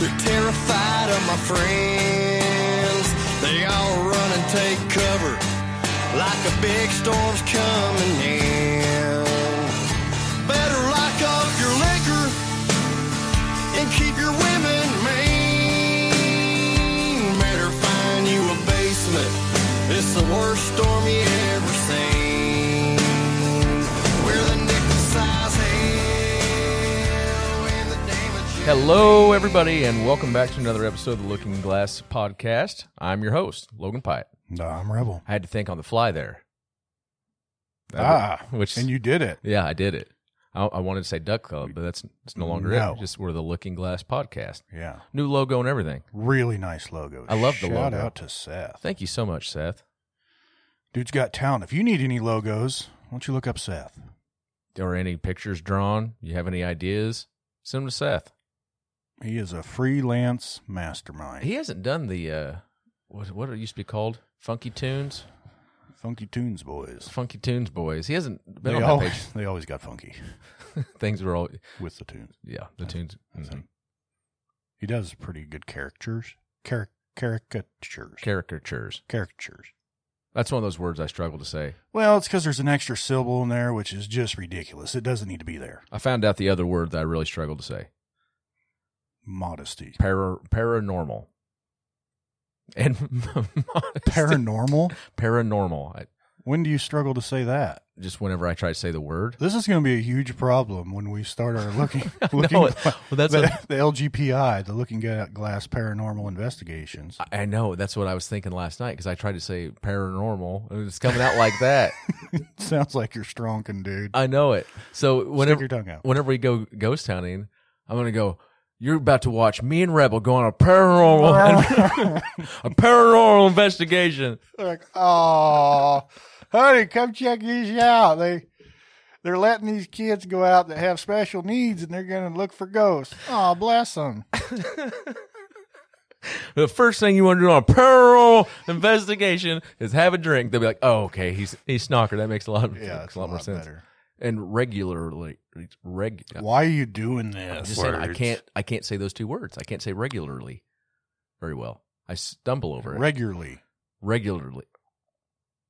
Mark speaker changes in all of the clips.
Speaker 1: They're terrified of my friends. They all run and take cover like a big storm's coming in. Better lock up your liquor and keep your women mean. Better find you a basement. It's the worst storm you ever seen. We're the nickel size hell and the damage.
Speaker 2: Hello, everybody, and welcome back to another episode of the Looking Glass Podcast. I'm your host, Logan Pyatt.
Speaker 3: No, I'm rebel.
Speaker 2: I had to think on the fly there. Uh,
Speaker 3: Ah,
Speaker 2: which-
Speaker 3: which and you did it.
Speaker 2: Yeah, I did it. I, I wanted to say Duck Club, but that's it's no longer
Speaker 3: No.
Speaker 2: it. Just we're the Looking Glass Podcast.
Speaker 3: Yeah,
Speaker 2: New logo and everything.
Speaker 3: really nice logo.
Speaker 2: I love the
Speaker 3: Shout
Speaker 2: logo.
Speaker 3: out to Seth.
Speaker 2: Thank you so much, Seth.
Speaker 3: Dude's got talent. If you need any logos, why don't you look up Seth?
Speaker 2: Or any pictures drawn? You have any ideas? Send them to Seth.
Speaker 3: He is a freelance mastermind.
Speaker 2: He hasn't done the uh, what what it used to be called Funky Tunes,
Speaker 3: funky tunes, boys.
Speaker 2: Funky Tunes Boys. He hasn't been
Speaker 3: They
Speaker 2: on that
Speaker 3: always
Speaker 2: page.
Speaker 3: they always got funky
Speaker 2: Things were all
Speaker 3: with the tunes.
Speaker 2: yeah the tunes.
Speaker 3: That's
Speaker 2: mhm.
Speaker 3: him. He does pretty good characters, Caric caricatures,
Speaker 2: Caricatures.
Speaker 3: caricatures.
Speaker 2: That's one of those words I struggle to say.
Speaker 3: Well, it's because there's an extra syllable in there, which is just ridiculous. It doesn't need to be there.
Speaker 2: I found out the other word that I really struggled to say.
Speaker 3: Modesty,
Speaker 2: Para, paranormal. And
Speaker 3: paranormal.
Speaker 2: paranormal. I,
Speaker 3: When do you struggle to say that?
Speaker 2: just whenever I try to say the word.
Speaker 3: This is going to be a huge problem when we start our looking looking
Speaker 2: it-
Speaker 3: gla-
Speaker 2: well, that's
Speaker 3: the,
Speaker 2: what-
Speaker 3: the LGPI, the Looking Glass Paranormal Investigations.
Speaker 2: I- I know that's what I was thinking last night because I tried to say paranormal and it's coming out like that.
Speaker 3: Sounds like you're stronking, dude.
Speaker 2: I know it. So whenever
Speaker 3: your tongue out.
Speaker 2: whenever we go ghost hunting, I'm gonna go. You're about to watch me and Rebel go on a paranormal a paranormal investigation.
Speaker 3: like, oh, honey, come check these out. They they're letting these kids go out that have special needs, and they're going to look for ghosts. Oh, bless them.
Speaker 2: The first thing you want to do on a paranormal investigation is have a drink. They'll be like, "Oh, okay, he's he's snocker. That makes a lot of
Speaker 3: Yeah, it's
Speaker 2: a lot, more sense."
Speaker 3: better.
Speaker 2: And regularly, reg.
Speaker 3: Why are you doing this?
Speaker 2: I'm just saying, I can't I can't say those two words. I can't say regularly very well. I stumble over it
Speaker 3: regularly,
Speaker 2: regularly.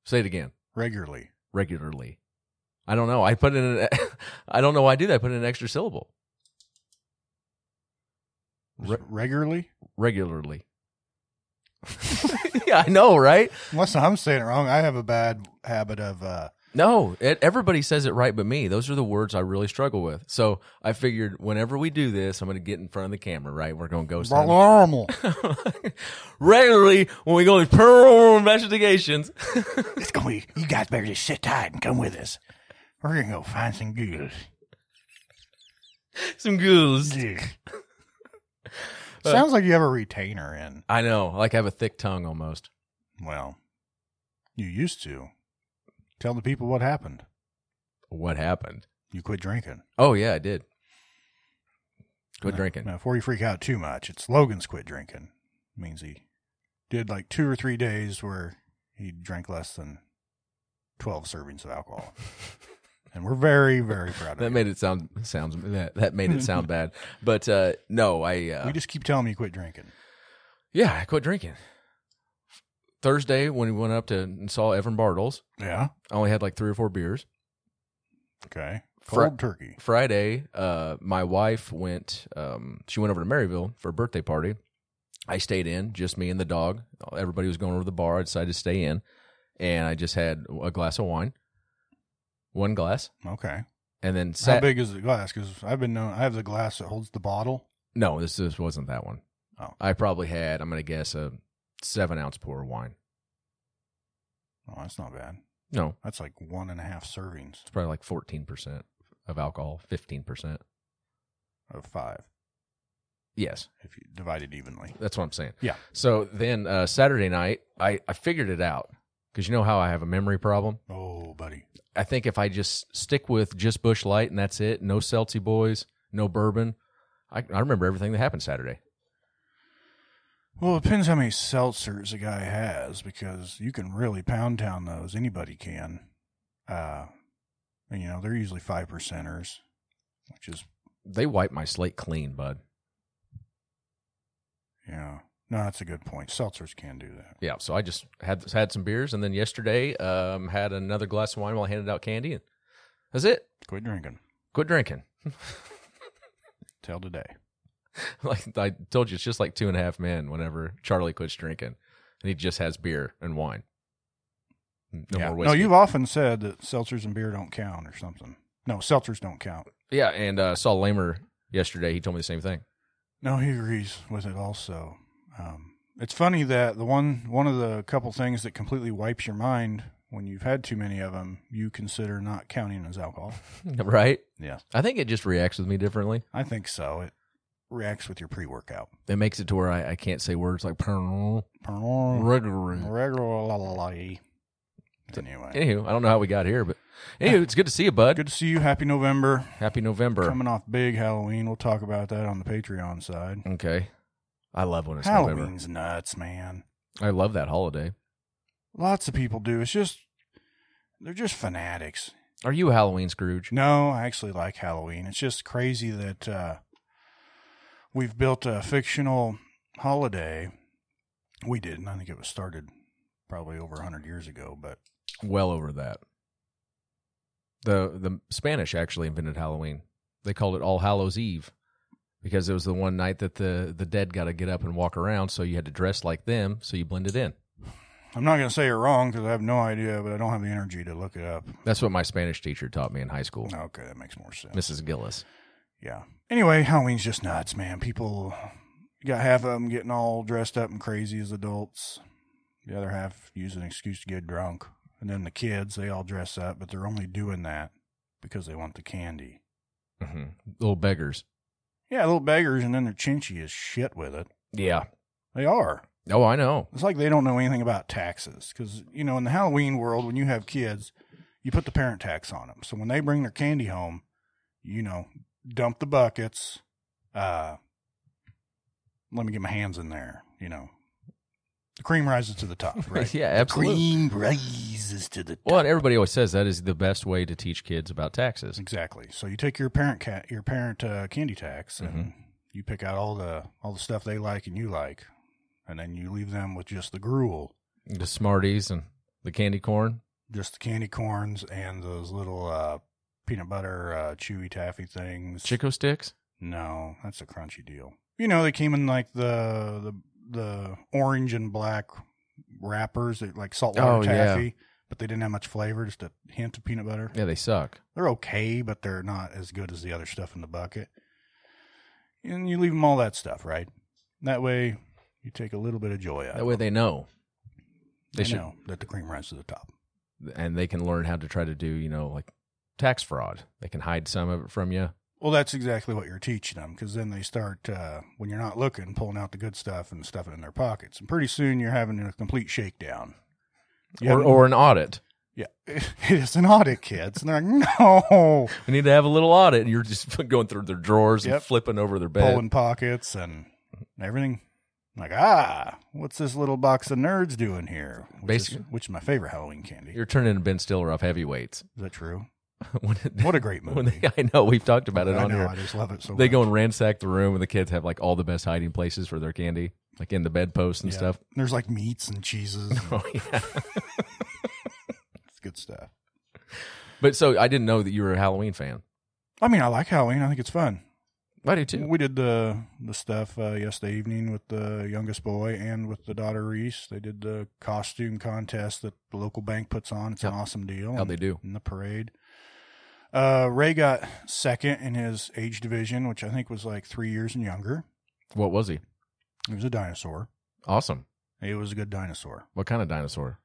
Speaker 2: Say it again.
Speaker 3: regularly.
Speaker 2: regularly. I don't know. I put in an e-, I don't know why I do that. I put in an extra syllable.
Speaker 3: Just
Speaker 2: Re-
Speaker 3: regularly?
Speaker 2: regularly. yeah, I know, right?
Speaker 3: Unless I'm saying it wrong, I have a bad habit of uh,
Speaker 2: No, it, everybody says it right but me. Those are the words I really struggle with. So I figured whenever we do this, I'm going to get in front of the camera, right? We're going to go somewhere.
Speaker 3: normal.
Speaker 2: regularly when we go to paranormal investigations.
Speaker 3: It's going to be, you guys better just sit tight and come with us. We're going to go find some ghouls.
Speaker 2: Some ghouls.
Speaker 3: Ugh. Sounds like you have a retainer in.
Speaker 2: I know. Like I have a thick tongue almost.
Speaker 3: Well, you used to. Tell the people what happened.
Speaker 2: What happened?
Speaker 3: You quit drinking.
Speaker 2: Oh yeah, I did. Quit
Speaker 3: Now-
Speaker 2: drinking.
Speaker 3: Now, before you freak out too much, it's Logan's quit drinking. means he did like two or three days where he drank less than 12 servings of alcohol. and we're very, very proud of
Speaker 2: That
Speaker 3: you.
Speaker 2: made it sound sounds that, that made it sound bad. But uh, no, I uh,
Speaker 3: we just keep telling me you quit drinking.
Speaker 2: yeah, I quit drinking. Thursday when we went up to and saw Evan Bartles,
Speaker 3: Yeah.
Speaker 2: I only had like three or four beers.
Speaker 3: Okay.
Speaker 2: Fra-
Speaker 3: Cold turkey.
Speaker 2: Friday, uh, my wife went. Um, she went over to Maryville for a birthday party. I stayed in, just me and the dog. Everybody was going over to the bar. I decided to stay in, and I just had a glass of wine, one glass,
Speaker 3: Okay.
Speaker 2: and then
Speaker 3: How
Speaker 2: sat.
Speaker 3: big is the glass? Because I've been known. I have the glass that holds the bottle.
Speaker 2: No, this this wasn't that one.
Speaker 3: Oh.
Speaker 2: I probably had. I'm gonna guess a seven ounce pour of wine.
Speaker 3: Oh, that's not bad.
Speaker 2: No,
Speaker 3: That's like one and a half servings
Speaker 2: it's probably like 14% of alcohol, 15%.
Speaker 3: of five.
Speaker 2: Yes,
Speaker 3: if you divide it evenly.
Speaker 2: that's what I'm saying.
Speaker 3: Yeah.
Speaker 2: So then uh, Saturday night, I, I figured it out because you know how I have a memory problem.
Speaker 3: Oh, buddy.
Speaker 2: I think if I just stick with just Bush Light and that's it, no Celtic boys, no bourbon, I, I remember everything that happened Saturday.
Speaker 3: Well, it depends how many seltzers a guy has because you can really pound town those. Anybody can. Uh, and, you know, they're usually five percenters, which is,
Speaker 2: They wiped my slate clean, bud.
Speaker 3: yeah. No, that's a good point. Seltzers can do that.
Speaker 2: Yeah. So I just had had some beers, and then yesterday um, had another glass of wine while I handed out candy, and that's it.
Speaker 3: Quit drinking
Speaker 2: Quit drinking.
Speaker 3: till today.
Speaker 2: like I told you, it's just like two and a half men. Whenever Charlie quits drinking, and he just has beer and wine. No
Speaker 3: yeah.
Speaker 2: more whiskey.
Speaker 3: No, you've often said that seltzers and beer don't count or something. No, seltzers don't count.
Speaker 2: Yeah, and uh, saw Lamer yesterday. He told me the same thing.
Speaker 3: No, he agrees with it also. Um, it's funny that the one one of the couple things that completely wipes your mind when you've had too many of them, you consider not counting as alcohol.
Speaker 2: right?
Speaker 3: Yeah,
Speaker 2: I think it just reacts with me differently.
Speaker 3: I think so. It reacts with your pre-workout.
Speaker 2: It makes it to where I, I can't say words like "Pernal,"
Speaker 3: Regular,
Speaker 2: regular.
Speaker 3: Mm. anyway.
Speaker 2: Anywho, I don't know how we got here, but anywho, it's good to see you, bud.
Speaker 3: Good to see you. Happy November.
Speaker 2: Happy November.
Speaker 3: Coming off big Halloween. We'll talk about that on the Patreon side.
Speaker 2: Okay, I love when it's November.
Speaker 3: Halloween's nuts, man.
Speaker 2: I love that holiday.
Speaker 3: Lots of people do. It's just they're just fanatics.
Speaker 2: Are you a Halloween Scrooge?
Speaker 3: No, I actually like Halloween. It's just crazy that uh, we've built a fictional holiday. We didn't. I think it was started probably over 100 years ago, but
Speaker 2: Well over that. The the Spanish actually invented Halloween. They called it All Hallows Eve because it was the one night that the the dead got to get up and walk around, so you had to dress like them, so you blended in.
Speaker 3: I'm not going to say you're wrong because I have no idea, but I don't have the energy to look it up.
Speaker 2: That's what my Spanish teacher taught me in high school,
Speaker 3: Okay, that makes more sense.
Speaker 2: Mrs. Gillis.
Speaker 3: Yeah. Anyway, Halloween's just nuts, man. People, you got half of them getting all dressed up and crazy as adults. The other half use an excuse to get drunk. And then the kids, they all dress up, but they're only doing that because they want the candy.
Speaker 2: hmm Little beggars.
Speaker 3: Yeah, little beggars, and then they're chinchy as shit with it.
Speaker 2: Yeah.
Speaker 3: They are.
Speaker 2: Oh, I know.
Speaker 3: It's like they don't know anything about taxes. Because, you know, in the Halloween world, when you have kids, you put the parent tax on them. So when they bring their candy home, you know, dump the buckets. Uh, let me get my hands in there. You know, the cream rises to the top, right?
Speaker 2: yeah, absolutely.
Speaker 3: Cream rises to the top.
Speaker 2: Well, and everybody always says that is the best way to teach kids about taxes.
Speaker 3: Exactly. So you take your parent cat, your parent uh, candy tax, and
Speaker 2: Mm-hmm.
Speaker 3: you pick out all the all the stuff they like and you like, and then you leave them with just the gruel.
Speaker 2: The Smarties and the candy corn.
Speaker 3: just the candy corns and those little uh, peanut butter uh, chewy taffy things.
Speaker 2: Chico sticks.
Speaker 3: no, that's a crunchy deal. You know, they came in like the the the orange and black wrappers, that like saltwater
Speaker 2: Oh, yeah.
Speaker 3: taffy, but they didn't have much flavor, just a hint of peanut butter.
Speaker 2: Yeah, they suck.
Speaker 3: They're okay, but they're not as good as the other stuff in the bucket. And you leave them all that stuff, right? That way, you take a little bit of joy out.
Speaker 2: That
Speaker 3: of
Speaker 2: way
Speaker 3: it.
Speaker 2: they know. They
Speaker 3: They
Speaker 2: should
Speaker 3: know that the cream rises to the top.
Speaker 2: and they can learn how to try to do, you know, like tax fraud. They can hide some of it from you.
Speaker 3: Well, that's exactly what you're teaching them because then they start, uh, when you're not looking, pulling out the good stuff and stuffing it in their pockets. And pretty soon you're having a complete shakedown. You
Speaker 2: Or
Speaker 3: haven't-
Speaker 2: or an audit.
Speaker 3: yeah. It's an audit, kids. And they're like, no.
Speaker 2: We need to have a little audit. And you're just going through their drawers
Speaker 3: Yep.
Speaker 2: and flipping over their bed.
Speaker 3: Pulling pockets and everything. Like, ah, what's this little box of nerds doing here? Which,
Speaker 2: Basically-
Speaker 3: is, which is my favorite Halloween candy.
Speaker 2: You're turning into Ben Stiller off heavyweights.
Speaker 3: is that true?
Speaker 2: when
Speaker 3: What a great movie.
Speaker 2: when they, I know we've talked about it
Speaker 3: I
Speaker 2: on
Speaker 3: know.
Speaker 2: here.
Speaker 3: I just love it so
Speaker 2: They
Speaker 3: much.
Speaker 2: go and ransack the room, and the kids have like all the best hiding places for their candy, like in the bedposts and
Speaker 3: Yeah.
Speaker 2: stuff.
Speaker 3: There's like meats and cheeses. and
Speaker 2: Oh yeah.
Speaker 3: it's good stuff.
Speaker 2: but so I didn't know that you were a Halloween fan.
Speaker 3: I mean, I like Halloween. I think it's fun.
Speaker 2: I do too.
Speaker 3: We did the the stuff uh, yesterday evening with the youngest boy and with the daughter Reese. They did the costume contest that the local bank puts on. It's an awesome deal.
Speaker 2: How'd they do?
Speaker 3: in the parade? Uh, Ray got second in his age division, which I think was like three years and younger.
Speaker 2: What was he?
Speaker 3: He was a dinosaur.
Speaker 2: Awesome.
Speaker 3: He was a good dinosaur.
Speaker 2: What kind of dinosaur?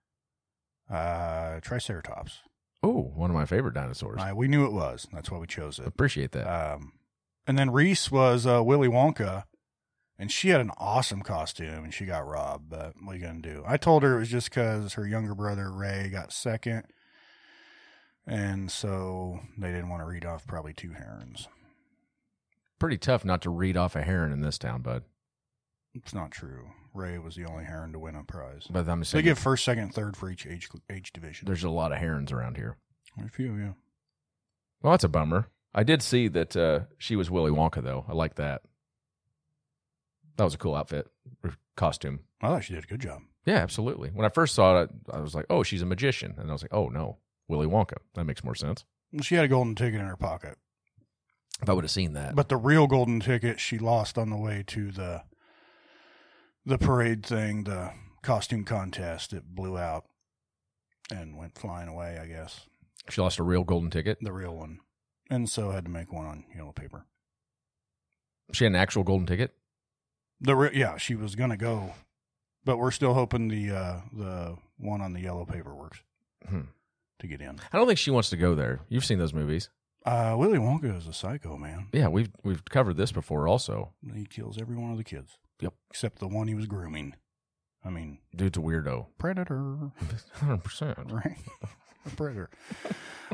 Speaker 3: Uh, Triceratops.
Speaker 2: Oh, one of my favorite dinosaurs.
Speaker 3: Uh, we knew it was. That's why we chose it.
Speaker 2: Appreciate that.
Speaker 3: Um, and then Reese was uh, Willy Wonka, And she had an awesome costume and she got robbed, but what are you going to do? I told her it was just because her younger brother, Ray, got second. And so they didn't want to read off probably two herons.
Speaker 2: Pretty tough not to read off a heron in this town, bud.
Speaker 3: It's not true. Ray was the only heron to win a prize.
Speaker 2: But I'm
Speaker 3: They
Speaker 2: saying
Speaker 3: give first, second, and third for each age, age division.
Speaker 2: there's a lot of herons around here.
Speaker 3: a few, yeah.
Speaker 2: Well, that's a bummer. I did see that uh, she was Willy Wonka, though. I like that. That was a cool outfit or costume.
Speaker 3: I thought she did a good job.
Speaker 2: Yeah, absolutely. When I first saw it, I was like, "Oh, she's a magician," and I was like, "Oh no, Willy Wonka." That makes more sense.
Speaker 3: She had a golden ticket in her pocket.
Speaker 2: If I would have seen that,
Speaker 3: But the real golden ticket she lost on the way to the the parade thing, the costume contest. It blew out and went flying away, I guess.
Speaker 2: she lost a real golden ticket.
Speaker 3: The real one. And so had to make one on yellow paper.
Speaker 2: She had an actual golden ticket.
Speaker 3: The re- yeah, she was gonna go, but we're still hoping the uh, the one on the yellow paper works
Speaker 2: Hmm.
Speaker 3: to get in.
Speaker 2: I don't think she wants to go there. You've seen those movies.
Speaker 3: Uh, Willy Wonka is a psycho man.
Speaker 2: Yeah, we've we've covered this before. Also,
Speaker 3: He kills every one of the kids.
Speaker 2: Yep.
Speaker 3: Except the one he was grooming. I mean,
Speaker 2: dude's a weirdo.
Speaker 3: predator.
Speaker 2: Hundred percent.
Speaker 3: Right. A predator.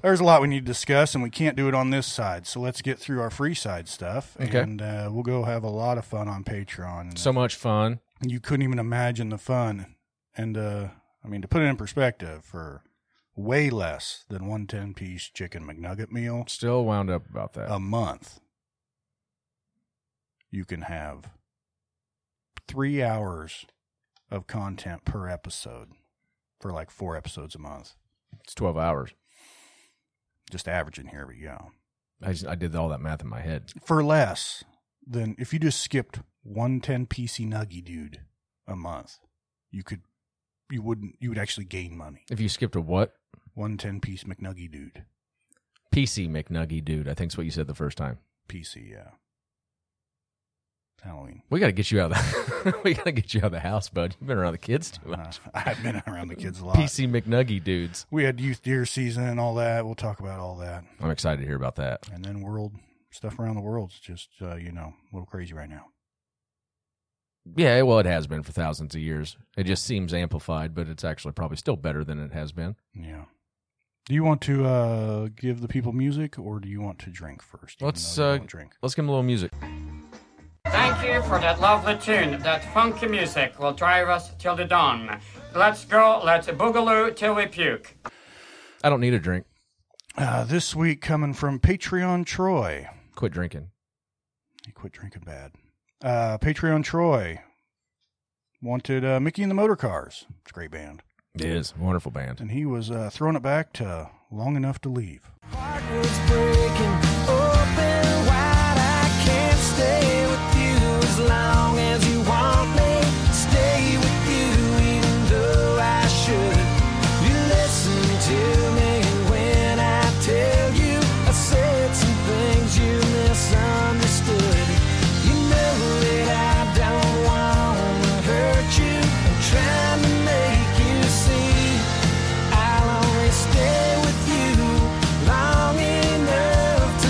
Speaker 3: There's a lot we need to discuss, and we can't do it on this side. So let's get through our free side stuff,
Speaker 2: Okay.
Speaker 3: and uh, we'll go have a lot of fun on Patreon.
Speaker 2: So much fun.
Speaker 3: you couldn't even imagine the fun, and uh, I mean to put it in perspective, for way less than one ten piece chicken McNugget meal
Speaker 2: Still wound up about that.
Speaker 3: a month, you can have three hours of content per episode for like four episodes a month.
Speaker 2: it's twelve hours.
Speaker 3: Just averaging here, but yeah.
Speaker 2: I just, I did all that math in my head.
Speaker 3: for less than if you just skipped one 10 PC nuggy dude a month, you could you wouldn't you would actually gain money.
Speaker 2: If you skipped a what?
Speaker 3: One 10 piece McNuggy dude
Speaker 2: PC McNuggy dude. I think's what you said the first time.
Speaker 3: PC, yeah. It's Halloween.
Speaker 2: We got to get you out of the. we got to get you out of the house, bud. You've been around the kids too
Speaker 3: Uh,
Speaker 2: much.
Speaker 3: I've been around the kids a lot.
Speaker 2: PC McNuggy dudes.
Speaker 3: We had youth deer season and all that. We'll talk about all that,
Speaker 2: I'm excited to hear about that.
Speaker 3: and then world stuff around the world's just uh, you know a little crazy right now.
Speaker 2: Yeah, well, it has been for thousands of years. It just seems amplified, but it's actually probably still better than it has been.
Speaker 3: Yeah. Do you want to uh, give the people music, or do you want to drink first? even
Speaker 2: Let's,
Speaker 3: though you
Speaker 2: uh,
Speaker 3: don't drink.
Speaker 2: Let's give him a little music.
Speaker 4: Thank you for that lovely tune. That funky music will drive us till the dawn. Let's go, let's boogaloo till we puke.
Speaker 2: I don't need a drink.
Speaker 3: Uh, this week, coming from Patreon Troy.
Speaker 2: Quit drinking.
Speaker 3: He quit drinking bad. Uh, Patreon Troy wanted uh, Mickey and the Motor Cars. It's a great band.
Speaker 2: It is a wonderful band.
Speaker 3: And he was uh, throwing it back to Long Enough to Leave.
Speaker 5: Heartwood's breaking open wide. I can't stay with you as long as you want me. Stay with you even though I should. You listen to me when I tell you I said some things you misunderstood. You know that I don't wanna hurt you. I'm trying to make you see. I'll only stay with you long enough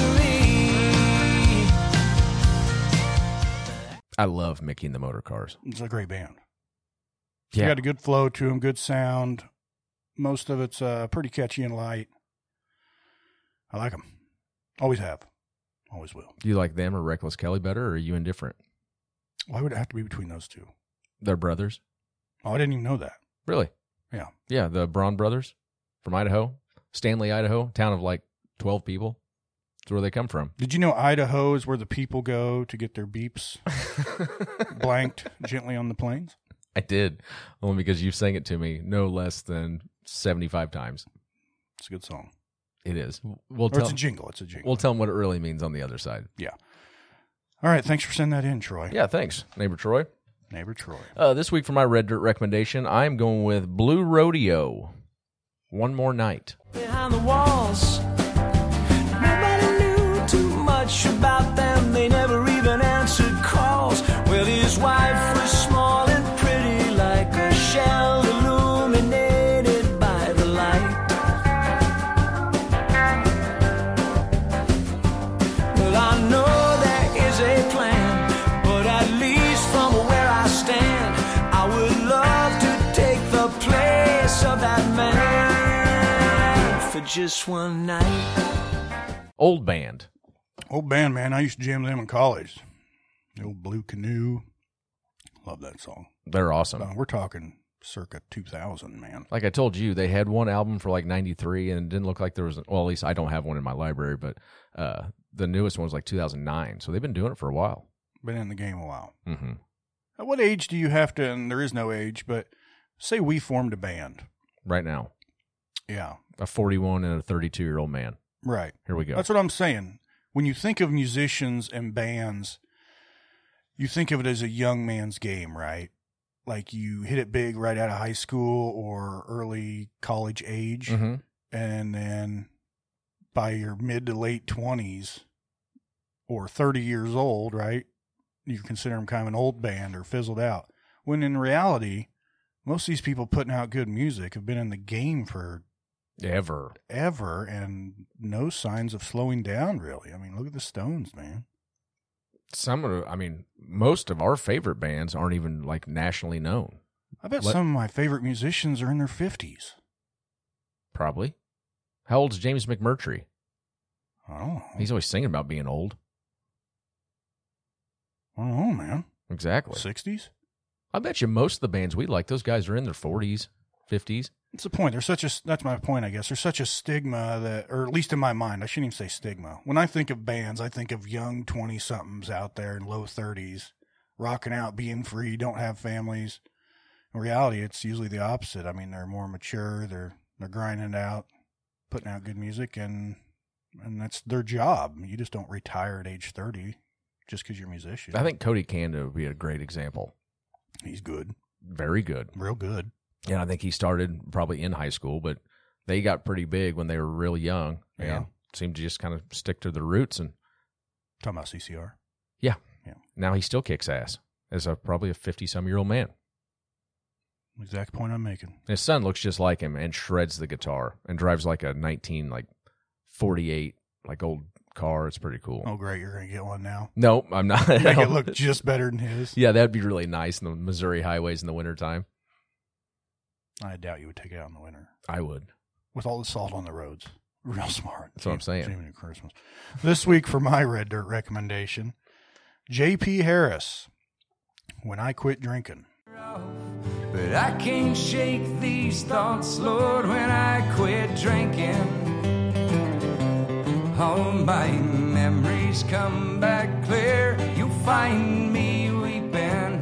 Speaker 5: to leave.
Speaker 2: I love Mickey and the Motor Cars.
Speaker 3: It's a great band. He
Speaker 2: Yeah,
Speaker 3: got a good flow to him, good sound. Most of it's uh, pretty catchy and light. I like them. Always have. Always will.
Speaker 2: do you like them or Reckless Kelly better, or are you indifferent?
Speaker 3: Why would it have to be between those two?
Speaker 2: They're brothers.
Speaker 3: Oh, I didn't even know that.
Speaker 2: Really?
Speaker 3: Yeah.
Speaker 2: Yeah, the Braun brothers from Idaho, Stanley, Idaho, town of like twelve people. That's where they come from.
Speaker 3: Did you know Idaho is where the people go to get their beeps blanked gently on the planes?
Speaker 2: I did only because you sang it to me no less than seventy-five times.
Speaker 3: It's a good song.
Speaker 2: It is. We'll
Speaker 3: Or it's
Speaker 2: tell.
Speaker 3: a jingle. It's a jingle.
Speaker 2: We'll tell them what it really means on the other side.
Speaker 3: All right. Thanks for sending that in, Troy.
Speaker 2: Yeah, thanks, neighbor Troy.
Speaker 3: Neighbor Troy.
Speaker 2: Uh, this week for my red dirt recommendation, I'm going with Blue Rodeo. One more night.
Speaker 5: Behind the walls, nobody knew too much about them. They never even answered calls. Well, his wife was small and pretty, like a shell illuminated by the light. Well, I know there is a plan, but at least just one night.
Speaker 2: Old band.
Speaker 3: Old band, man. I used to jam them in college. The old Blue Canoe. Love that song.
Speaker 2: They're awesome.
Speaker 3: Uh, we're talking circa 2000, man.
Speaker 2: Like I told you, they had one album for like 93 and it didn't look like there was, well, at least I don't have one in my library, but uh, the newest one was like 2009. So they've been doing it for a while.
Speaker 3: Been in the game a while.
Speaker 2: hmm
Speaker 3: At what age do you have to, and there is no age, but say we formed a band.
Speaker 2: Right now,
Speaker 3: Yeah,
Speaker 2: a 41 and a 32 year old man.
Speaker 3: right.
Speaker 2: Here we go.
Speaker 3: That's what I'm saying. When you think of musicians and bands, you think of it as a young man's game, right? Like you hit it big right out of high school or early college age,
Speaker 2: hmm
Speaker 3: and then by your mid to late 20s or 30 years old, right? You consider them kind of an old band or fizzled out. When in reality, most of these people putting out good music have been in the game for
Speaker 2: Ever.
Speaker 3: ever and no signs of slowing down really. I mean, look at the Stones, man.
Speaker 2: Some of, the- I mean, most of our favorite bands aren't even like nationally known,
Speaker 3: I bet
Speaker 2: Let-
Speaker 3: some of my favorite musicians are in their 50s.
Speaker 2: probably. How old's James McMurtry?
Speaker 3: I don't know.
Speaker 2: He's always singing about being old.
Speaker 3: I don't know, man.
Speaker 2: Exactly.
Speaker 3: 60s?
Speaker 2: I bet you most of the bands we like, those guys are in their 40s, 50s.
Speaker 3: It's the point. There's such a that's my point, I guess. There's such a stigma that, or at least in my mind, I shouldn't even say stigma. When I think of bands, I think of young twenty somethings out there in low thirties, rocking out, being free, don't have families. In reality, it's usually the opposite. I mean, they're more mature. They're they're grinding it out, putting out good music, and and that's their job. You just don't retire at age thirty just because you're a musician.
Speaker 2: I think Cody Kanda would be a great example.
Speaker 3: he's good,
Speaker 2: Very good.
Speaker 3: real good.
Speaker 2: And I think he started probably in high school, but they got pretty big when they were real young and
Speaker 3: Yeah.
Speaker 2: seemed to just kind of stick to their roots. And
Speaker 3: Talking about CCR.
Speaker 2: now he still kicks ass as a probably a 50 some year old man.
Speaker 3: Exact point I'm making.
Speaker 2: His son looks just like him and shreds the guitar and drives like a 19, like 48, like old car. It's pretty cool.
Speaker 3: Oh, great! You're gonna get one now.
Speaker 2: No, I'm not.
Speaker 3: Make it look just better than his.
Speaker 2: Yeah, that'd be really nice in the Missouri highways in the wintertime.
Speaker 3: I doubt you would take it out in the winter
Speaker 2: I would.
Speaker 3: with all the salt on the roads. Real smart.
Speaker 2: That's what I'm saying.
Speaker 3: Jamie Christmas. This week for my red dirt recommendation, J.P. Harris. When I quit drinking,
Speaker 5: But I can't shake these thoughts, Lord, when I quit drinking. All my memories come back clear. You find me weeping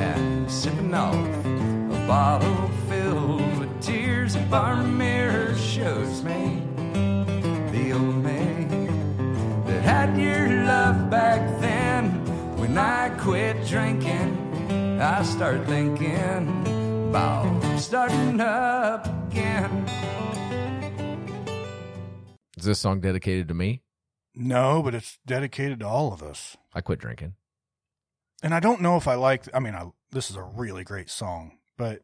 Speaker 5: and sipping off a bottle filled with tears. A bar mirror shows me the old me that had your love back then. When I quit drinking, I start thinking about starting up again.
Speaker 2: Is this song dedicated to me?
Speaker 3: no, but it's dedicated to all of us.
Speaker 2: I quit drinking.
Speaker 3: And I don't know if I like. I mean, I, this is a really great song, but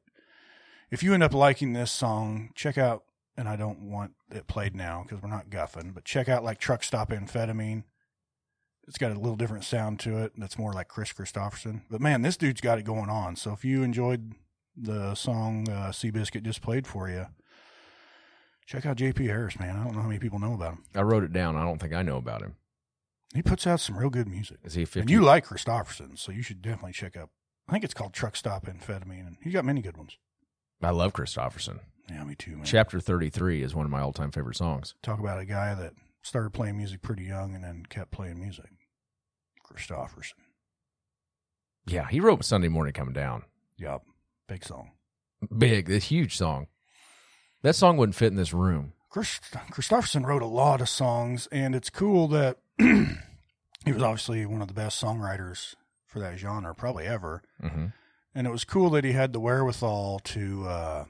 Speaker 3: if you end up liking this song, check out. And I don't want it played now because we're not guffing, but check out like Truck Stop Amphetamine. It's got a little different sound to it that's more like Chris Christopherson. But man, this dude's got it going on. So if you enjoyed the song uh, Seabiscuit just played for you, check out JP Harris, man. I don't know how many people know about him.
Speaker 2: I wrote it down. I don't think I know about him.
Speaker 3: He puts out some real good music.
Speaker 2: Is he a 50?
Speaker 3: And you like Christopherson, so you should definitely check up. I think it's called Truck Stop Amphetamine, and he's got many good ones.
Speaker 2: I love Christopherson.
Speaker 3: Yeah, me too, man.
Speaker 2: Chapter 33 is one of my all time favorite songs.
Speaker 3: Talk about a guy that started playing music pretty young and then kept playing music. Christopherson.
Speaker 2: Yeah, he wrote Sunday Morning Coming Down.
Speaker 3: Yup. Big song.
Speaker 2: Big, this huge song. That song wouldn't fit in this room.
Speaker 3: Christ- Christopherson wrote a lot of songs, and it's cool that he was obviously one of the best songwriters for that genre, probably ever.
Speaker 2: hmm
Speaker 3: and it was cool that he had the wherewithal to uh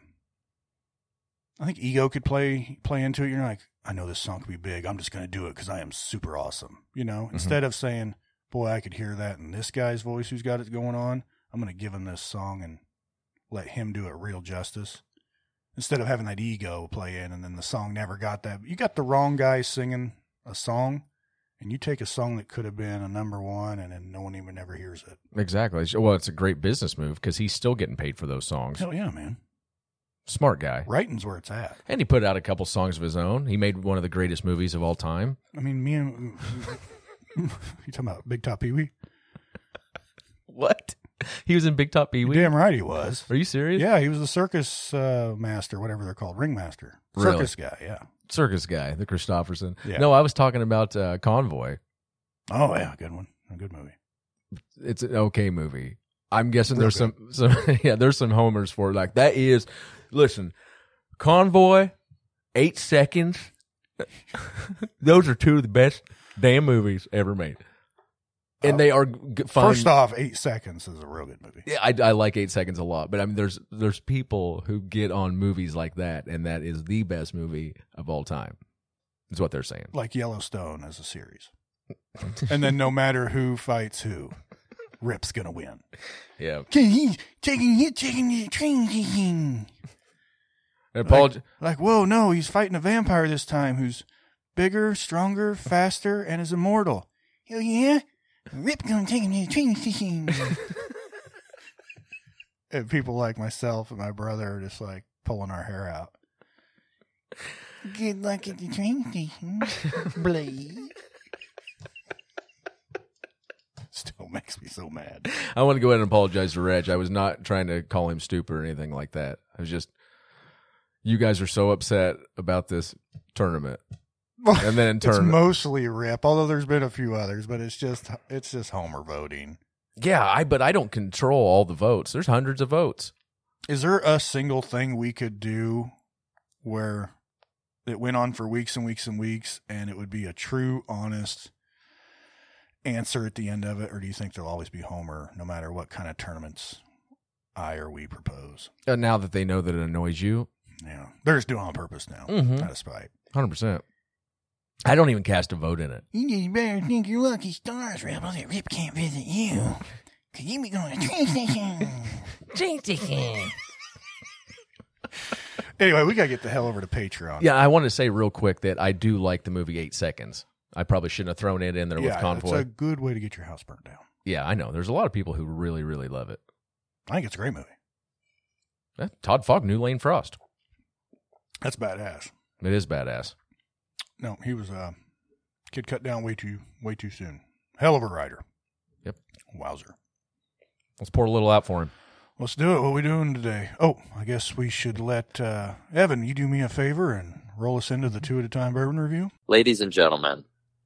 Speaker 3: i think ego could play play into it you're like i know this song could be big i'm just gonna do it because i am super awesome you know instead of saying boy i could hear that in this guy's voice who's got it going on i'm gonna give him this song and let him do it real justice instead of having that ego play in and then the song never got that you got the wrong guy singing a song and you take a song that could have been a number one and then no one even ever hears it
Speaker 2: Exactly. Well, it's a great business move because he's still getting paid for those songs.
Speaker 3: hell yeah man
Speaker 2: Smart guy.
Speaker 3: Writing's where it's at.
Speaker 2: And he put out a couple songs of his own. He made one of the greatest movies of all time.
Speaker 3: I mean, me and you talking about Big Top Pee Wee?
Speaker 2: What? He was in Big Top Pee Wee.
Speaker 3: Damn right he was.
Speaker 2: Are you serious?
Speaker 3: Yeah, he was the circus uh, master, whatever they're called, ringmaster,
Speaker 2: Really?
Speaker 3: circus guy. Yeah.
Speaker 2: Circus guy, the Christopherson.
Speaker 3: Yeah.
Speaker 2: No, I was talking about uh, Convoy.
Speaker 3: Oh yeah, good one. A good movie.
Speaker 2: It's an okay movie. I'm guessing
Speaker 3: Real
Speaker 2: there's some, some yeah, there's some homers for it. like that is listen, Convoy, eight seconds. Those are two of the best damn movies ever made. And they are g- fine.
Speaker 3: First off, eight seconds is a real good movie.
Speaker 2: Yeah, I, I like Eight Seconds a lot, but I mean, there's there's people who get on movies like that, and that is the best movie of all time. Is what they're saying.
Speaker 3: Like Yellowstone as a series. and then no matter who fights who, Rip's gonna win.
Speaker 2: Yeah,
Speaker 3: Taking hit, taking it, taking.
Speaker 2: and Paul.
Speaker 3: Like, whoa, no, he's fighting a vampire this time who's bigger, stronger, faster, and is immortal. Hell yeah. Rip gonna take him to the training station. and people like myself and my brother are just like pulling our hair out. Good luck at the train station, Blade. Still makes me so mad.
Speaker 2: I want to go ahead and apologize to Reg. I was not trying to call him stupid or anything like that. I was just, you guys are so upset about this tournament, and then in
Speaker 3: It's
Speaker 2: turn,
Speaker 3: mostly Rip, although there's been a few others, but it's just it's just Homer voting.
Speaker 2: yeah, I but I don't control all the votes. There's hundreds of votes.
Speaker 3: Is there a single thing we could do where it went on for weeks and weeks and weeks and it would be a true, honest answer at the end of it? Or do you think there'll always be Homer no matter what kind of tournaments I or we propose?
Speaker 2: Uh, now that they know that it annoys you,
Speaker 3: Yeah. They're just doing it on purpose now,
Speaker 2: Mhm.
Speaker 3: out of spite.
Speaker 2: hundred percent. I don't even cast a vote in it.
Speaker 3: You just better think your lucky stars, Rebel, that Rip can't visit you. Cause you be going to train station. anyway, we gotta get the hell over to Patreon.
Speaker 2: Yeah, I want to say real quick that I do like the movie Eight Seconds. I probably shouldn't have thrown it in there with
Speaker 3: it's
Speaker 2: Convoy.
Speaker 3: a good way to get your house burnt down.
Speaker 2: yeah, I know. There's a lot of people who really, really love it.
Speaker 3: I think it's a great movie.
Speaker 2: Eh, Todd Fogg, New Lane Frost.
Speaker 3: That's badass.
Speaker 2: It is badass.
Speaker 3: No, he was uh, kid cut down way too way too soon. Hell of a rider.
Speaker 2: Yep.
Speaker 3: Wowzer.
Speaker 2: Let's pour a little out for him.
Speaker 3: Let's do it. What are we doing today? Oh, I guess we should let uh, Evan. You do me a favor and roll us into the two at a time bourbon review.
Speaker 6: Ladies and gentlemen,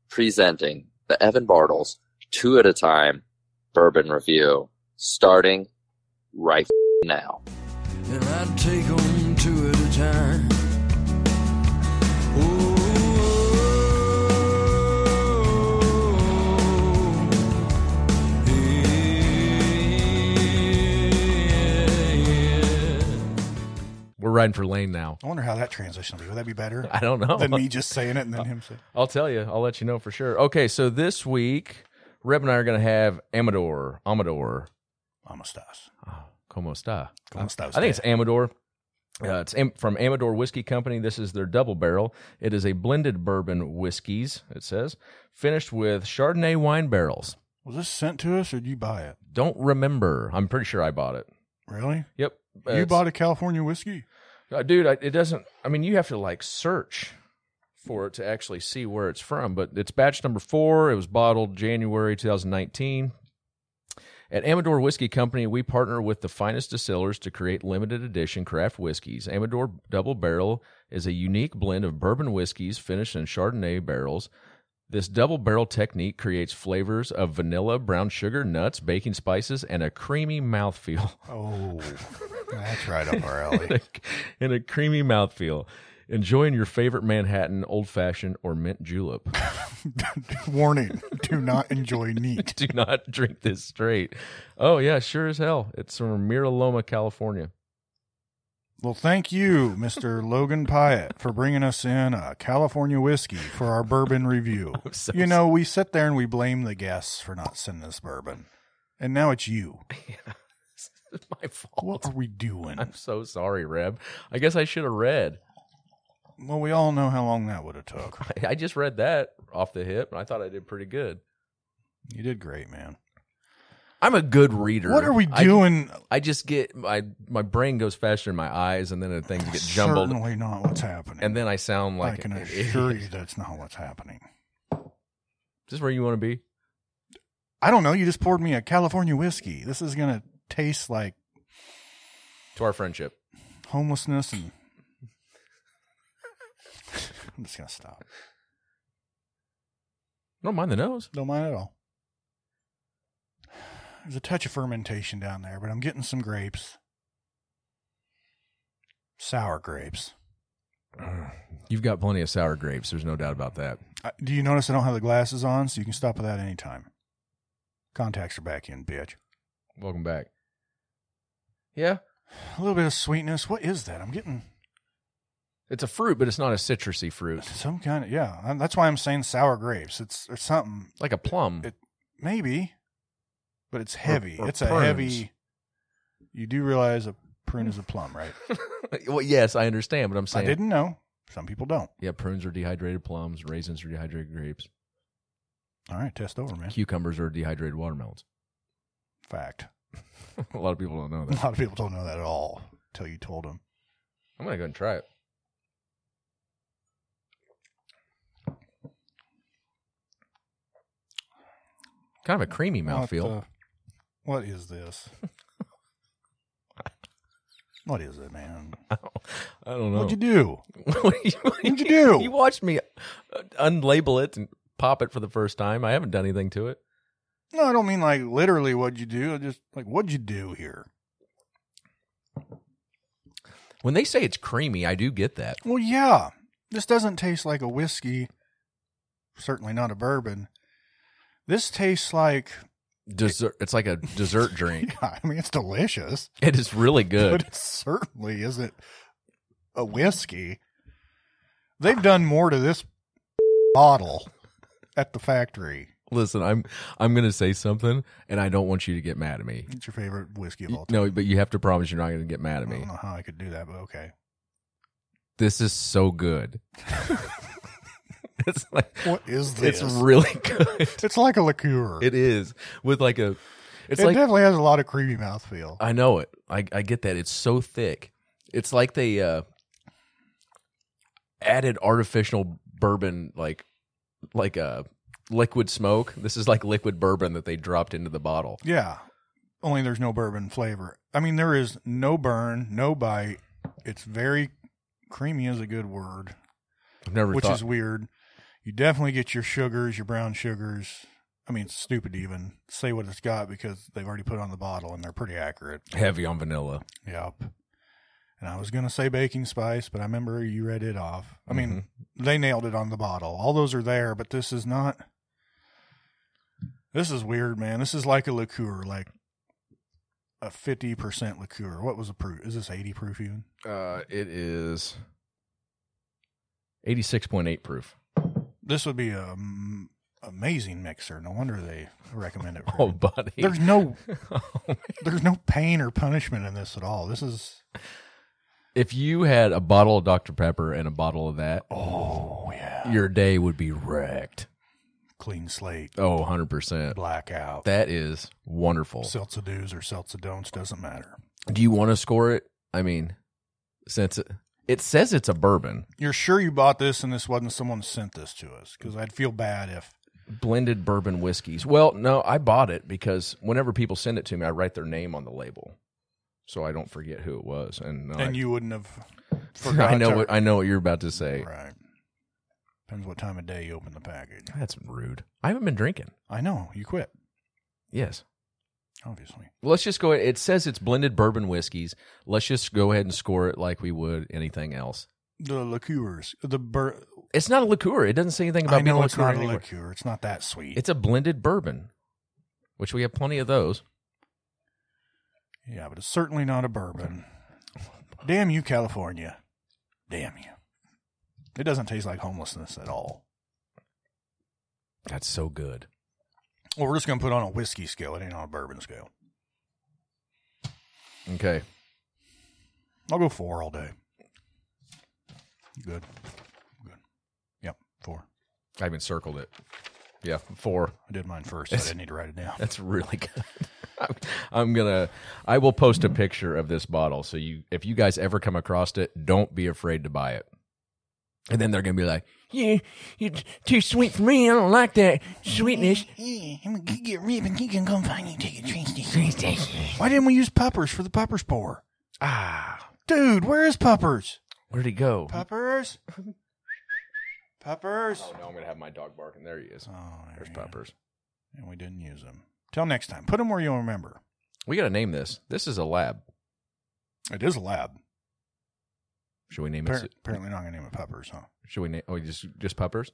Speaker 6: presenting the Evan Bartles two at a time bourbon review, starting right now.
Speaker 1: and I'd take 'em two at a time. Ooh, yeah, yeah.
Speaker 2: We're riding for Lane now.
Speaker 3: I wonder how that transition will be. Would that be better
Speaker 2: I don't know. Uh,
Speaker 3: than me just saying it and then him saying?
Speaker 2: I'll tell you. I'll let you know for sure. Okay, so this week, Reb and I are going to have Amador. Amador.
Speaker 3: Amastas.
Speaker 2: Oh, como esta?
Speaker 3: Como esta
Speaker 2: I think it's
Speaker 3: usted?
Speaker 2: Amador. Uh, it's am- from Amador Whiskey Company. This is their double barrel. It is a blended bourbon whiskeys. It says finished with Chardonnay wine barrels.
Speaker 3: Was this sent to us or did you buy it?
Speaker 2: Don't remember. I'm pretty sure I bought it.
Speaker 3: Really?
Speaker 2: Yep.
Speaker 3: you bought a California whiskey?
Speaker 2: it, Uh, dude. I, it doesn't. I mean, you have to like search for it to actually see where it's from. But it's batch number four. It was bottled January 2019. At Amador Whiskey Company, we partner with the finest distillers to create limited edition craft whiskeys. Amador Double Barrel is a unique blend of bourbon whiskeys finished in Chardonnay barrels. This double barrel technique creates flavors of vanilla, brown sugar, nuts, baking spices, and a creamy mouthfeel
Speaker 3: Oh, that's right up our alley.
Speaker 2: and a, and a creamy mouthfeel. Enjoying your favorite Manhattan, old fashioned, or mint julep.
Speaker 3: Warning: Do not enjoy neat.
Speaker 2: Do not drink this straight. Oh, yeah, sure as hell. It's from Miraloma, California.
Speaker 3: Well, thank you, Mr. Logan Pyatt, for bringing us in a California whiskey for our bourbon review.
Speaker 2: so
Speaker 3: you know, we sit there and we blame the guests for not sending us bourbon, and now it's you.
Speaker 2: It's my fault.
Speaker 3: What are we doing?
Speaker 2: I'm so sorry, Reb. I guess I should have read.
Speaker 3: Well, we all know how long that would have took.
Speaker 2: I, I just read that off the hip, and I thought I did pretty good.
Speaker 3: You did great, man.
Speaker 2: I'm a good reader.
Speaker 3: What are we
Speaker 2: I-
Speaker 3: doing?
Speaker 2: I, just get my my brain goes faster than my eyes, and then things get jumbled,
Speaker 3: Certainly not what's happening.
Speaker 2: and then I sound like
Speaker 3: I can
Speaker 2: an
Speaker 3: assure
Speaker 2: idiot.
Speaker 3: you that's not what's happening.
Speaker 2: Is this where you want to be?
Speaker 3: I don't know. You just poured me a California whiskey. This is gonna taste like
Speaker 2: To our friendship.
Speaker 3: homelessness and. I'm just gonna stop.
Speaker 2: I don't mind the nose.
Speaker 3: Don't mind at all. There's a touch of fermentation down there, but I'm getting some grapes. Sour grapes.
Speaker 2: You've got plenty of sour grapes. There's no doubt about that.
Speaker 3: I, do you notice I don't have the glasses on? So you can stop with that anytime. Contacts are back in, bitch.
Speaker 2: Welcome back. Yeah,
Speaker 3: A little bit of sweetness. What is that? I'm getting
Speaker 2: it's a fruit, but it's not a citrusy fruit.
Speaker 3: some kind of yeah. I- That's why I'm saying sour grapes. It's or something
Speaker 2: Like a plum.
Speaker 3: It- maybe, but it's heavy.
Speaker 2: or
Speaker 3: it's a
Speaker 2: prunes.
Speaker 3: heavy. You do realize a prune is a plum, right?
Speaker 2: well, yes, I understand, but I'm
Speaker 3: I
Speaker 2: saying
Speaker 3: didn't know. Some people don't.
Speaker 2: Yeah, prunes are dehydrated plums, raisins are dehydrated grapes,
Speaker 3: All right, test over, man.
Speaker 2: cucumbers are dehydrated watermelons.
Speaker 3: Fact.
Speaker 2: a lot of people don't know
Speaker 3: A
Speaker 2: that.
Speaker 3: lot of people don't know that at all until you told them.
Speaker 2: I'm gonna go and try it. Kind of a creamy mouthfeel.
Speaker 3: What, the- what is this? what is it, man?
Speaker 2: I don't know.
Speaker 3: What'd you do?
Speaker 2: What do you-
Speaker 3: What'd you do?
Speaker 2: You watched me uh, unlabel it and pop it for the first time. I haven't done anything to it.
Speaker 3: No, I don't mean like literally what'd you do. I just like what'd you do here?
Speaker 2: When they say it's creamy, I do get that.
Speaker 3: Well, yeah. This doesn't taste like a whiskey. Certainly not a bourbon. This tastes like
Speaker 2: Dessert. It's like a dessert drink.
Speaker 3: I mean it's delicious,
Speaker 2: It is really
Speaker 3: but
Speaker 2: good.
Speaker 3: it certainly isn't a whiskey. They've done more to this bottle at the factory.
Speaker 2: Listen, I'm I'm gonna say something, and I don't want you to get mad at me.
Speaker 3: It's your favorite whiskey of all time.
Speaker 2: No, but you have to promise you're not gonna get mad at
Speaker 3: I
Speaker 2: me.
Speaker 3: don't know how I could do that, but okay.
Speaker 2: This is so good. it's like
Speaker 3: What is this?
Speaker 2: it's really good.
Speaker 3: It's like a liqueur.
Speaker 2: It
Speaker 3: It,
Speaker 2: is with like a. It's like
Speaker 3: definitely has a lot of creamy mouthfeel.
Speaker 2: I know it. I I get that. It's so thick. It's like they uh added artificial bourbon like like a liquid smoke. This is like liquid bourbon that they dropped into the bottle.
Speaker 3: Yeah. Only there's no bourbon flavor. I mean, there is no burn, no bite. It's very creamy is a good word,
Speaker 2: I've never
Speaker 3: which
Speaker 2: thought
Speaker 3: is weird. You definitely get your sugars, your brown sugars. I mean, it's stupid to even say what it's got because they've already put it on the bottle and they're pretty accurate.
Speaker 2: heavy on vanilla.
Speaker 3: Yep. And I was going to say baking spice, but I remember you read it off. I mean, they nailed it on the bottle. All those are there, but this is not. This is weird, man. This is like a liqueur, like a 50% liqueur. What was the proof? Is this 80 proof even?
Speaker 2: Uh it is 86.8 proof.
Speaker 3: This would be a m- amazing mixer. No wonder they recommend it. For
Speaker 2: Oh buddy.
Speaker 3: There's no there's no pain or punishment in this at all. This is
Speaker 2: if you had a bottle of Dr Pepper and a bottle of that,
Speaker 3: oh yeah,
Speaker 2: your day would be wrecked.
Speaker 3: clean slate,
Speaker 2: Oh, 100%.
Speaker 3: blackout.
Speaker 2: That is wonderful.
Speaker 3: Seltzer do's or seltzer don'ts doesn't matter.
Speaker 2: Do you want to score it? I mean, since it, it says it's a bourbon,
Speaker 3: You're sure you bought this and this wasn't someone sent this to us because I'd feel bad if
Speaker 2: blended bourbon whiskeys. Well, no, I bought it because whenever people send it to me, I write their name on the label, so I don't forget who it was. And, no,
Speaker 3: and
Speaker 2: I,
Speaker 3: you wouldn't have. forgot
Speaker 2: I know
Speaker 3: to-
Speaker 2: what I know what you're about to say.
Speaker 3: Right. Depends what time of day you open the package.
Speaker 2: That's rude. I haven't been drinking.
Speaker 3: I know you quit.
Speaker 2: Yes.
Speaker 3: Obviously,
Speaker 2: Well, let's just go ahead. It says it's blended bourbon whiskeys. Let's just go ahead and score it like we would anything else.
Speaker 3: the liqueurs, the bur-
Speaker 2: It's not a liqueur. It doesn't say anything about
Speaker 3: I know
Speaker 2: being
Speaker 3: it's not a
Speaker 2: anywhere.
Speaker 3: liqueur. It's not that sweet.
Speaker 2: It's a blended bourbon, which we have plenty of those.
Speaker 3: yeah, but it's certainly not a bourbon. Damn you, California! Damn you! It doesn't taste like homelessness at all.
Speaker 2: That's so good.
Speaker 3: Well, we're just gonna put it on a whiskey scale. It ain't on a bourbon scale.
Speaker 2: Okay.
Speaker 3: I'll go four all day. Good. Good. Yep, four.
Speaker 2: I even circled it. Yeah, four.
Speaker 3: I did mine first. So I didn't need to write it down.
Speaker 2: That's really good. I'm gonna. I will post a picture of this bottle. So you, if you guys ever come across it, don't be afraid to buy it. And then they're gonna be like, "Yeah, it's too sweet for me. I don't like that sweetness."
Speaker 3: Yeah, I'm gonna get rib and you can come find you take a train station. Why didn't we use poppers for the poppers pour?
Speaker 2: Ah,
Speaker 3: Dude, where is poppers?
Speaker 2: where'd he go?
Speaker 3: Poppers? Poppers?
Speaker 2: Oh no, I'm gonna have my dog barking. There he is.
Speaker 3: Oh,
Speaker 2: There's
Speaker 3: there's poppers.
Speaker 2: Peppers.
Speaker 3: And we didn't use them. Till next time, put them where you'll remember.
Speaker 2: We gotta name this. This is a lab.
Speaker 3: It is a lab.
Speaker 2: Should we name
Speaker 3: Appar-
Speaker 2: it?
Speaker 3: apparently not gonna name it poppers, huh?
Speaker 2: Should we name? Oh, just just peppers.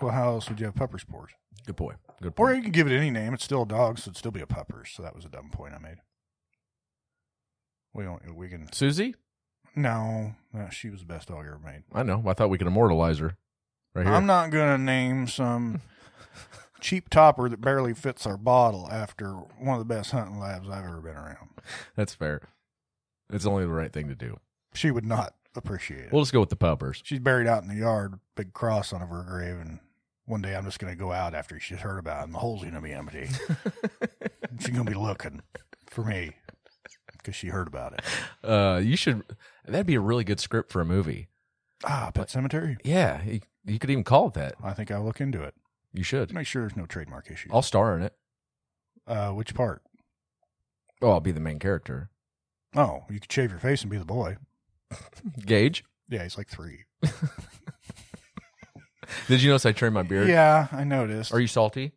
Speaker 3: Well, how else would you have poppers pour?
Speaker 2: Good boy. Good
Speaker 3: Or
Speaker 2: boy.
Speaker 3: you could give it any name. It's still a dog, so it'd still be a pupper. So that was a dumb point I made. We don't. We can.
Speaker 2: Susie.
Speaker 3: No, no, she was the best dog ever made.
Speaker 2: I know. I thought we could immortalize her. Right here.
Speaker 3: I'm not gonna name some cheap topper that barely fits our bottle after one of the best hunting labs I've ever been around.
Speaker 2: That's fair. It's only the right thing to do.
Speaker 3: She would not appreciate it.
Speaker 2: We'll just go with the peppers.
Speaker 3: She's buried out in the yard, big cross on her grave, and one day I'm just gonna go out after she's heard about, it, and the hole's gonna be empty. she's gonna be looking for me because she heard about it.
Speaker 2: Uh, you should. That'd be a really good script for a movie.
Speaker 3: Ah, Pet Cemetery.
Speaker 2: Yeah, you, you could even call it that.
Speaker 3: I think I'll look into it.
Speaker 2: You should.
Speaker 3: Make sure there's no trademark issue.
Speaker 2: I'll star in it.
Speaker 3: Uh, which part?
Speaker 2: Oh, I'll be the main character.
Speaker 3: Oh, you could shave your face and be the boy.
Speaker 2: Gage,
Speaker 3: Yeah, he's like three.
Speaker 2: did you notice I trimmed my beard?
Speaker 3: Yeah, I noticed.
Speaker 2: Are you salty?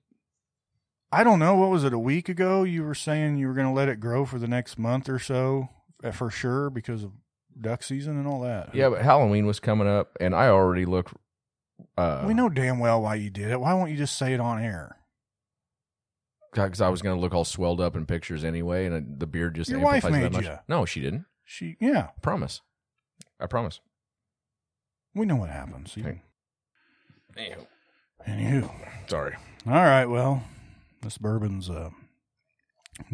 Speaker 3: I don't know. What was it? A week ago, you were saying you were going to let it grow for the next month or so, uh, for sure, because of duck season and all that.
Speaker 2: Yeah, but Halloween was coming up, and I already look. Uh,
Speaker 3: we know damn well why you did it. Why won't you just say it on air?
Speaker 2: because I was going to look all swelled up in pictures anyway, and it- the beard just
Speaker 3: Your
Speaker 2: amplifies
Speaker 3: wife
Speaker 2: it that
Speaker 3: made
Speaker 2: much.
Speaker 3: ya.
Speaker 2: No, she didn't.
Speaker 3: She, yeah,
Speaker 2: I promise. I promise.
Speaker 3: we know what happens. You-
Speaker 2: Hey. Anywho.
Speaker 3: Anywho,
Speaker 2: Sorry.
Speaker 3: all right. Well, this bourbon's a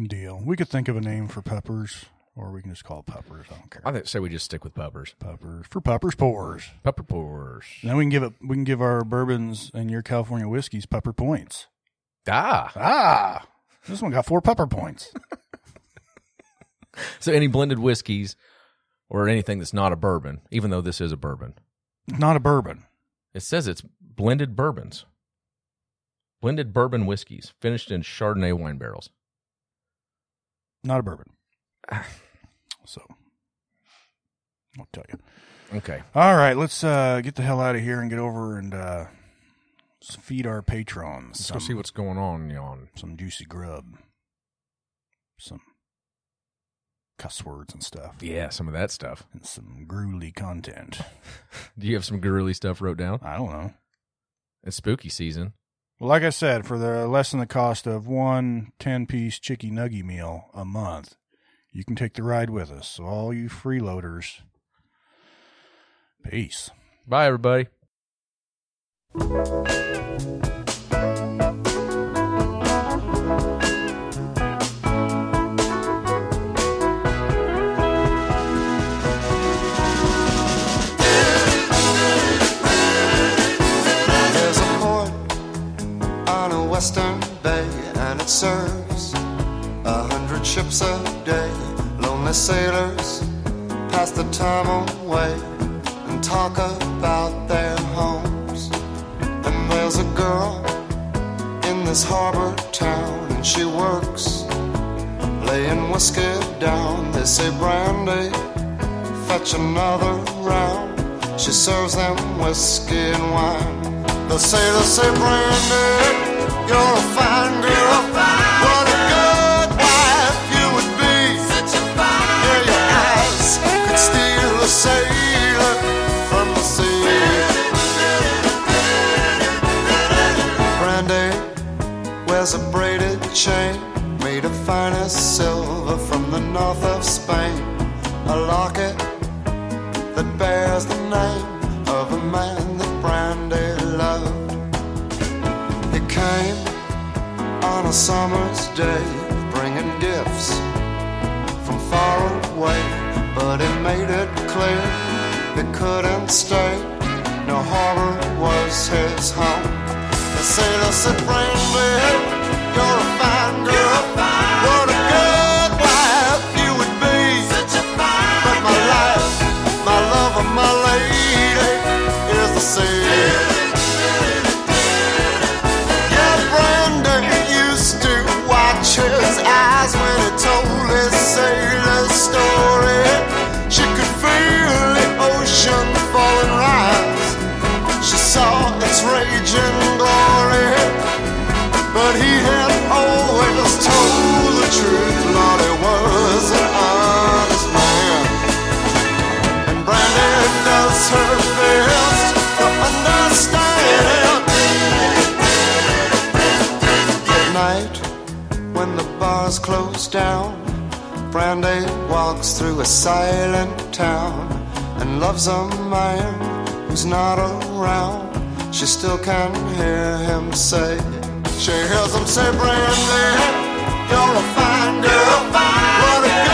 Speaker 3: deal. We could think of a name for peppers, or we can just call it peppers. I don't care.
Speaker 2: I think, say we just stick with peppers.
Speaker 3: Puppers for puppers pours.
Speaker 2: Pepper pours.
Speaker 3: Then we can give it. We can give our bourbons and your California whiskeys pupper points.
Speaker 2: Ah.
Speaker 3: Ah, this one got four pupper points.
Speaker 2: So any blended whiskeys or anything that's not a bourbon, even though this is a bourbon,
Speaker 3: Not a bourbon.
Speaker 2: it says it's blended bourbons. Blended bourbon whiskeys finished in Chardonnay wine barrels.
Speaker 3: Not a bourbon. So I'll tell you.
Speaker 2: Okay.
Speaker 3: All right, let's uh, get the hell out of here and get over and uh, s- feed our patrons
Speaker 2: Let's
Speaker 3: some,
Speaker 2: go see what's going on, yon.
Speaker 3: some juicy grub, some cuss words and stuff,
Speaker 2: Yeah, some of that stuff.
Speaker 3: and some gruely content.
Speaker 2: Do you have some girly stuff wrote down?
Speaker 3: I don't know.
Speaker 2: It's spooky season.
Speaker 3: Well, like I said, for the less than the cost of one 10 piece chicky nuggy meal a month, you can take the ride with us. So, all you freeloaders, peace.
Speaker 2: Bye, everybody.
Speaker 1: There's a port on a western bay, and it serves a hundred ships a day. Lonely sailors pass the time away and talk about their homes. And there's a girl in this harbor town, and she works laying whiskey down. They say, Brandy, fetch another round. She serves them whiskey and wine. They say, they say, Brandy, you're a fine girl. What a good wife you would be. Such a fine Yeah, your eyes could steal a sailor from the sea. Brandy wears a braided chain made of finest silver from the north of Spain. A locket that bears the name of a man that Brandy loved. He came on a summer's day, bringing gifts from far away, but he made it clear he couldn't stay. No harbor was his home. They say, they said, Brandy, you're a fine girl. glory. She could feel the ocean fall and rise. She saw its raging glory. But he had always told the truth. Lord, he was an honest man. And Brandy does her best to understand. At night, when the bars close down, Brandy walks through a silent town and loves a man who's not around. She still can hear him say, she hears him say, Brandy, you're a fine girl. What a